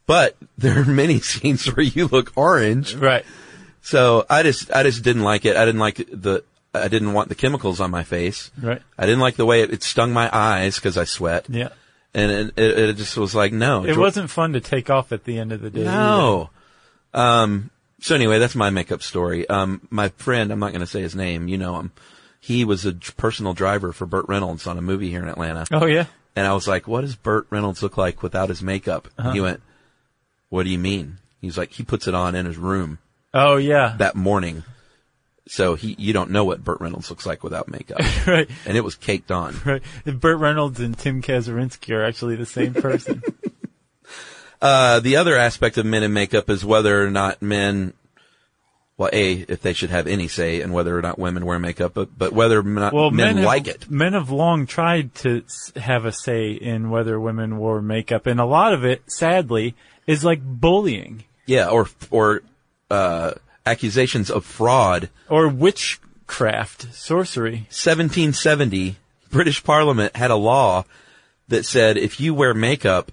but there are many scenes where you look orange.
Right.
So I just I just didn't like it. I didn't like the I didn't want the chemicals on my face.
Right.
I didn't like the way it, it stung my eyes because I sweat.
Yeah.
And it, it, it just was like no,
It
Jor-
wasn't fun to take off at the end of the day. either.
no. Um. So anyway, that's my makeup story. Um. My friend, I'm not going to say his name. You know him. He was a d- personal driver for Burt Reynolds on a movie here in Atlanta.
Oh yeah.
And I was like, what does Burt Reynolds look like without his makeup? And
Uh-huh.
He went, what do you mean? He's like, he puts it on in his room
Oh yeah.
that morning. So he, you don't know what Burt Reynolds looks like without makeup.
right.
and it was caked on.
Right. Burt Reynolds and Tim Kazurinsky are actually the same person.
Uh, the other aspect of men in makeup is whether or not men well, a if they should have any say in whether or not women wear makeup, but but whether or not
well,
men,
have-
like it.
Men have long tried to s- have a say in whether women wore makeup, and a lot of it, sadly, is like bullying
Yeah, or or uh, accusations of fraud.
or witchcraft, sorcery.
1770, British Parliament had a law that said if you wear makeup,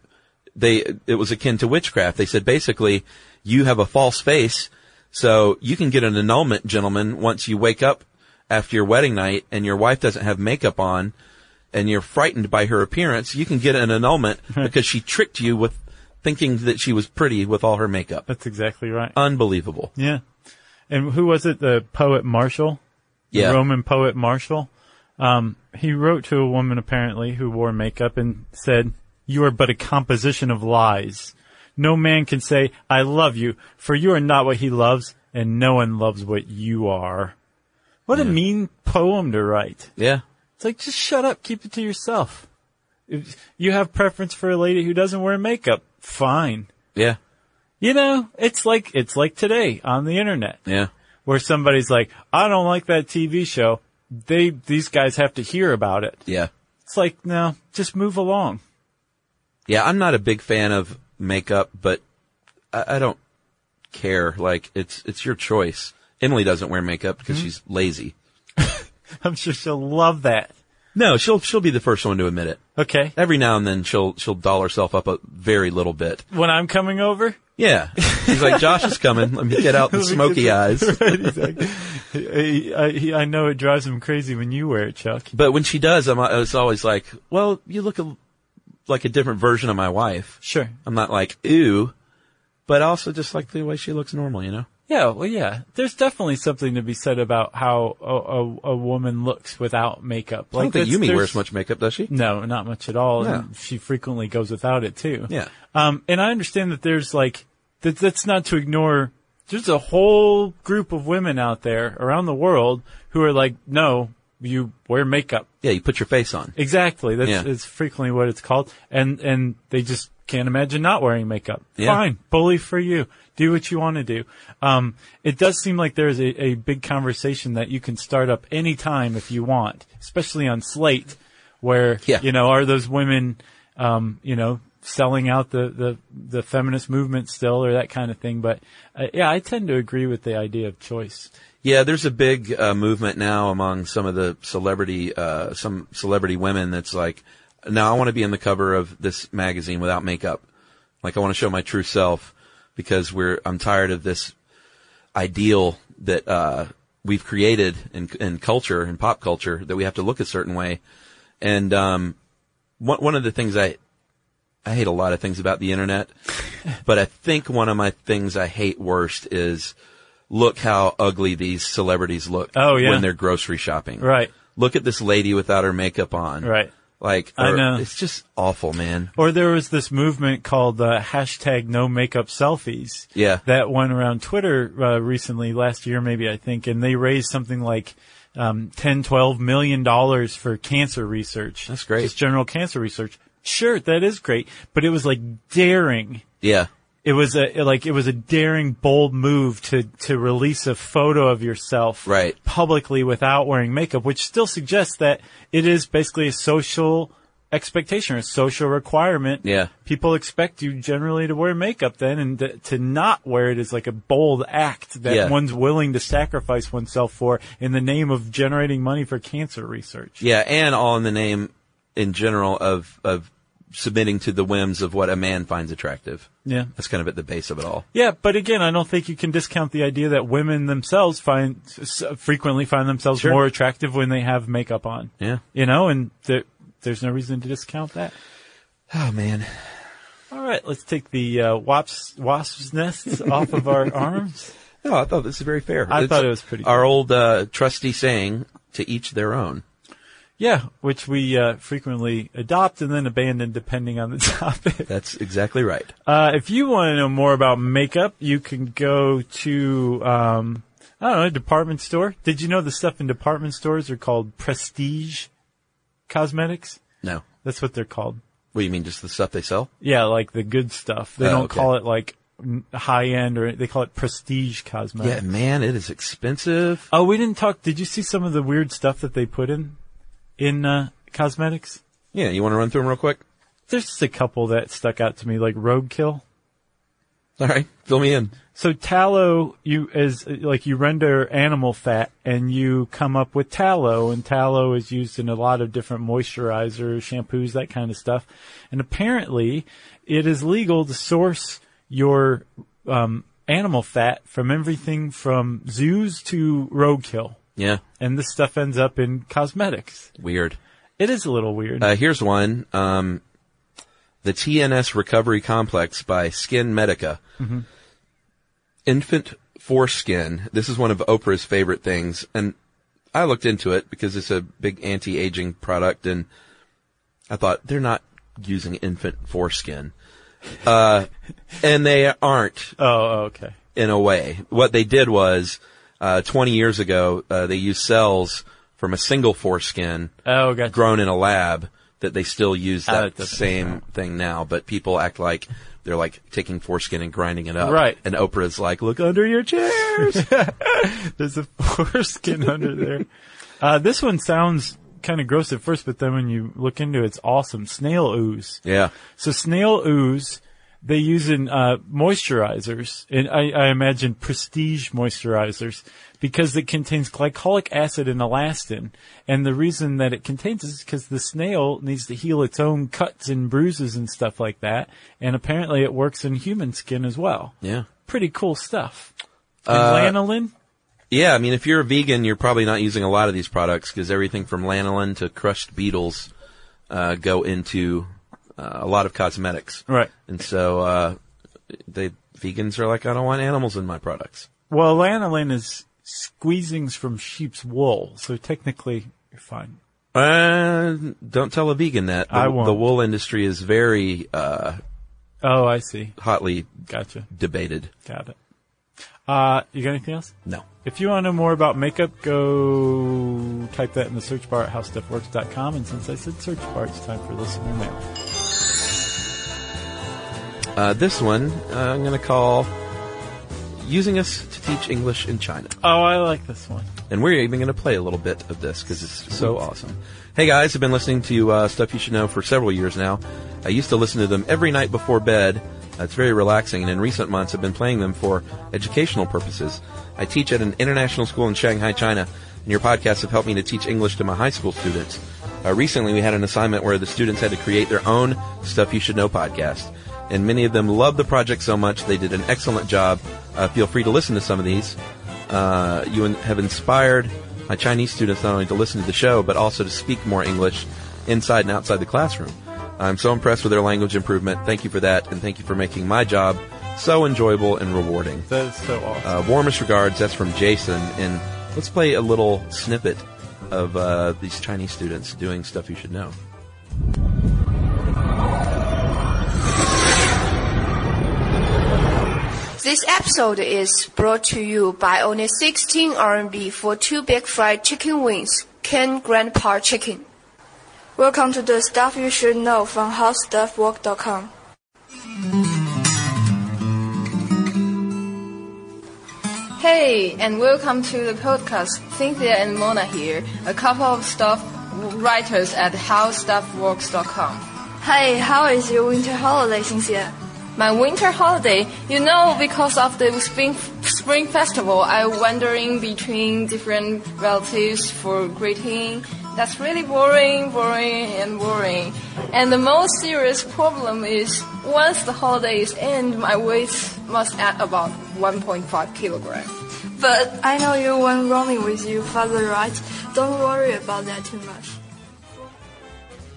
they it was akin to witchcraft. They said basically you have a false face, so you can get an annulment, gentlemen, once you wake up after your wedding night and your wife doesn't have makeup on and you're frightened by her appearance, you can get an annulment because she tricked you with thinking that she was pretty with all her makeup.
That's exactly right.
Uh, Unbelievable.
Yeah. And who was it? The poet Martial? The
Yeah.
Roman poet Martial? Um, he wrote to a woman apparently who wore makeup and said, You are but a composition of lies. No man can say, I love you, for you are not what he loves, and no one loves what you are. What a mean poem to write.
Yeah.
It's like, just shut up, keep it to yourself. If you have preference for a lady who doesn't wear makeup, fine.
Yeah.
You know, it's like, it's like today on the internet
Yeah.
where somebody's like, I don't like that TV show. They, these guys have to hear about it.
Yeah.
It's like, no, just move along.
Yeah, I'm not a big fan of makeup, but I, I don't care. Like it's it's your choice. Emily doesn't wear makeup because she's lazy.
I'm sure she'll love that.
No, she'll she'll be the first one to admit it.
Okay.
Every now and then she'll she'll doll herself up a very little bit.
When I'm coming over,
Yeah, she's like Josh is coming. Let me get out the smoky eyes.
Right, exactly. I, I, I know it drives him crazy when you wear it, Chuck.
But when she does, I'm al- it's always like, well, you look a, like a different version of my wife.
Sure.
I'm not like ooh, but I also just like the way she looks normal. You know.
Yeah, well, yeah. There's definitely something to be said about how a, a, a woman looks without makeup.
I don't think
that's-
Yumi
there's-
wears much makeup, does she?
No, not much at all.
No.
And she frequently goes without it too.
Yeah.
Um, and I understand that there's like, that, that's not to ignore, there's a whole group of women out there around the world who are like, no, you wear makeup.
Yeah, you put your face on.
Exactly. That's,
Yeah.
it's frequently what it's called. And, and they just can't imagine not wearing makeup.
Yeah.
Fine. Bully for you. Do what you want to do. Um, it does seem like there's a, a big conversation that you can start up anytime if you want, especially on Slate where,
Yeah.
you know, are those women, um, you know, selling out the, the, the feminist movement still or that kind of thing. But uh, yeah, I tend to agree with the idea of choice.
Yeah, there's a big uh, movement now among some of the celebrity, uh, some celebrity women that's like, now I want to be on the cover of this magazine without makeup. Like I want to show my true self because we're, I'm tired of this ideal that, uh, we've created in, in culture and pop culture that we have to look a certain way. And, um, one, one of the things I, I hate a lot of things about the internet, but I think one of my things I hate worst is look how ugly these celebrities look
Oh, yeah.
when they're grocery shopping.
Right.
Look at this lady without her makeup on.
Right.
Like,
I
or-
know.
it's just awful, man.
Or there was this movement called uh, hashtag no makeup selfies.
Yeah.
That went around Twitter uh, recently, last year maybe, I think, and they raised something like um, 10, 12 million dollars for cancer research.
That's great.
Just general cancer research. Sure, that is great, but it was like daring.
Yeah.
It was a like it was a daring, bold move to to release a photo of yourself
Right.
publicly without wearing makeup, which still suggests that it is basically a social expectation or a social requirement.
Yeah.
people expect you generally to wear makeup then, and th- to not wear it is like a bold act that
Yeah.
one's willing to sacrifice oneself for in the name of generating money for cancer research.
Yeah. And all in the name in general of, of submitting to the whims of what a man finds attractive.
Yeah.
That's kind of at the base of it all.
Yeah, but again, I don't think you can discount the idea that women themselves find s- frequently find themselves
Sure.
more attractive when they have makeup on.
Yeah.
You know, and there, there's no reason to discount that.
Oh man.
All right, let's take the uh, wasps, wasp's nests off of our arms.
No, Oh, I thought this was very fair.
I thought it was pretty
Our old uh, trusty saying, "To each their own."
Yeah, which we uh, frequently adopt and then abandon depending on the topic.
That's exactly right.
Uh, if you want to know more about makeup, you can go to, um, I don't know, a department store. Did you know the stuff in department stores are called prestige cosmetics?
No,
That's what they're called.
what do you mean? Just the stuff they sell?
Yeah, like the good stuff. They
Oh,
don't
okay.
call it like high end or they call it prestige cosmetics.
Yeah, man, it is expensive.
Oh, we didn't talk. Did you see some of the weird stuff that they put in in uh, cosmetics?
Yeah, you want to run through them real quick?
There's just a couple that stuck out to me, like roadkill.
All right, fill me in.
So tallow, you is like you render animal fat and you come up with tallow, and tallow is used in a lot of different moisturizers, shampoos, that kind of stuff. And apparently, it is legal to source your um, animal fat from everything from zoos to roadkill,
Yeah,
and this stuff ends up in cosmetics.
weird.
It is a little weird.
Uh, here's one. Um, the TNS Recovery Complex by Skin Medica. Infant foreskin. This is one of Oprah's favorite things. And I looked into it because it's a big anti-aging product and I thought they're not using infant foreskin. Uh, and they aren't
oh, okay.
in a way. What they did was, uh, 20 years ago, uh, they used cells from a single foreskin
Oh, gotcha.
grown in a lab that they still use
Oh, it
that
doesn't
same thing now, but people act like they're like taking foreskin and grinding it up.
Right.
And Oprah's like, look under your chairs.
There's a foreskin under there. Uh, this one sounds kind of gross at first, but then when you look into it, it's awesome. Snail ooze.
yeah.
So snail ooze, they use in uh, moisturizers, and I, I imagine prestige moisturizers, because it contains glycolic acid and elastin. And the reason that it contains is because the snail needs to heal its own cuts and bruises and stuff like that. And apparently, it works in human skin as well.
Yeah.
Pretty cool stuff. And lanolin.
Yeah. I mean, if you're a vegan, you're probably not using a lot of these products because everything from lanolin to crushed beetles, uh, go into uh, a lot of cosmetics.
Right.
And so, uh, they, vegans are like, I don't want animals in my products.
Well, lanolin is squeezings from sheep's wool, so technically you're fine.
Uh, don't tell a vegan that. The,
I won't.
The wool industry is very, uh,
Oh, I see.
hotly
Gotcha.
debated.
Got it. Uh, you got anything else?
No.
If you want to know more about makeup, go type that in the search bar at howstuffworks.com. And since I said search bar, it's time for listener mail.
Uh, this one uh, I'm going to call Using Us to Teach English in China.
Oh, I like this one.
And we're even going to play a little bit of this because it's so awesome. Hey guys, I've been listening to uh, Stuff You Should Know for several years now. I used to listen to them every night before bed. Uh, it's very relaxing, and in recent months I've been playing them for educational purposes. I teach at an international school in Shanghai, China, and your podcasts have helped me to teach English to my high school students. Uh, recently we had an assignment where the students had to create their own Stuff You Should Know podcast and many of them love the project so much they did an excellent job. Uh, feel free to listen to some of these. Uh, you in- have inspired my Chinese students not only to listen to the show but also to speak more English inside and outside the classroom. I'm so impressed with their language improvement. Thank you for that, and thank you for making my job so enjoyable and rewarding.
That is so awesome.
Uh, warmest regards. That's from Jason. And let's play a little snippet of uh, these Chinese students doing stuff you should know.
16 RMB for two big fried chicken wings, canned grand par chicken. Welcome to the stuff you should know from howstuffwork.com. Hey, and welcome to the podcast. Cynthia and Mona here, a couple of stuff writers at howstuffworks.com. Hey, how is your winter holiday, Cynthia? My winter holiday, you know, because of the spring spring festival, I wandering between different relatives for greeting. That's really boring, boring, and boring. And the most serious problem is once the holidays end, my weight must add about 1.5 kilograms. But I know you went roaming with your father, right? Don't worry about that too much.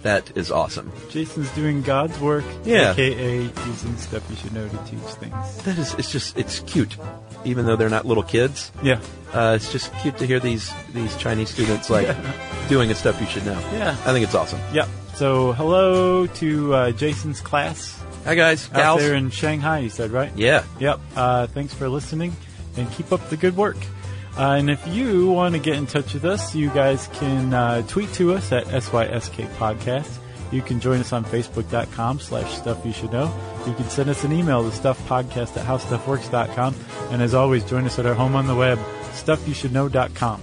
That is awesome.
Jason's doing God's work,
Yeah.
aka using stuff you should know to teach things.
That is, it's just, it's cute. Even though they're not little kids,
Yeah.
uh, it's just cute to hear these, these Chinese students like doing the stuff you should know.
Yeah.
I think it's awesome.
Yeah. So hello to uh, Jason's class
Hi guys,
out
gals.
there in Shanghai, you said, right?
yeah.
Yep. Uh, thanks for listening and keep up the good work. Uh, and if you want to get in touch with us, you guys can uh, tweet to us at SYSK Podcast. You can join us on facebook.com slash stuff you should know. You can send us an email to stuffpodcast at howstuffworks.com. And as always, join us at our home on the web, stuffyoushouldknow.com.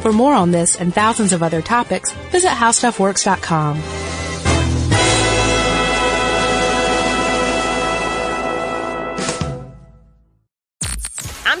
For more on this and thousands of other topics, visit howstuffworks.com.
I'm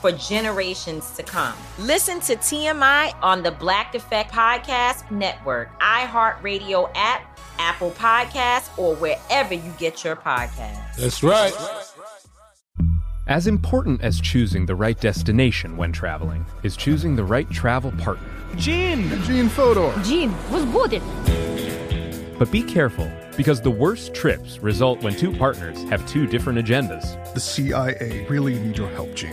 for generations to come. Listen to TMI on the Black Effect Podcast Network, iHeartRadio app. Apple Podcasts, or wherever you get your podcasts.
That's right.
As important as choosing the right destination when traveling is choosing the right travel partner.
Gene! Gene Fodor!
Gene was booted.
But be careful, because the worst trips result when two partners have two different agendas.
The CIA really need your help, Gene.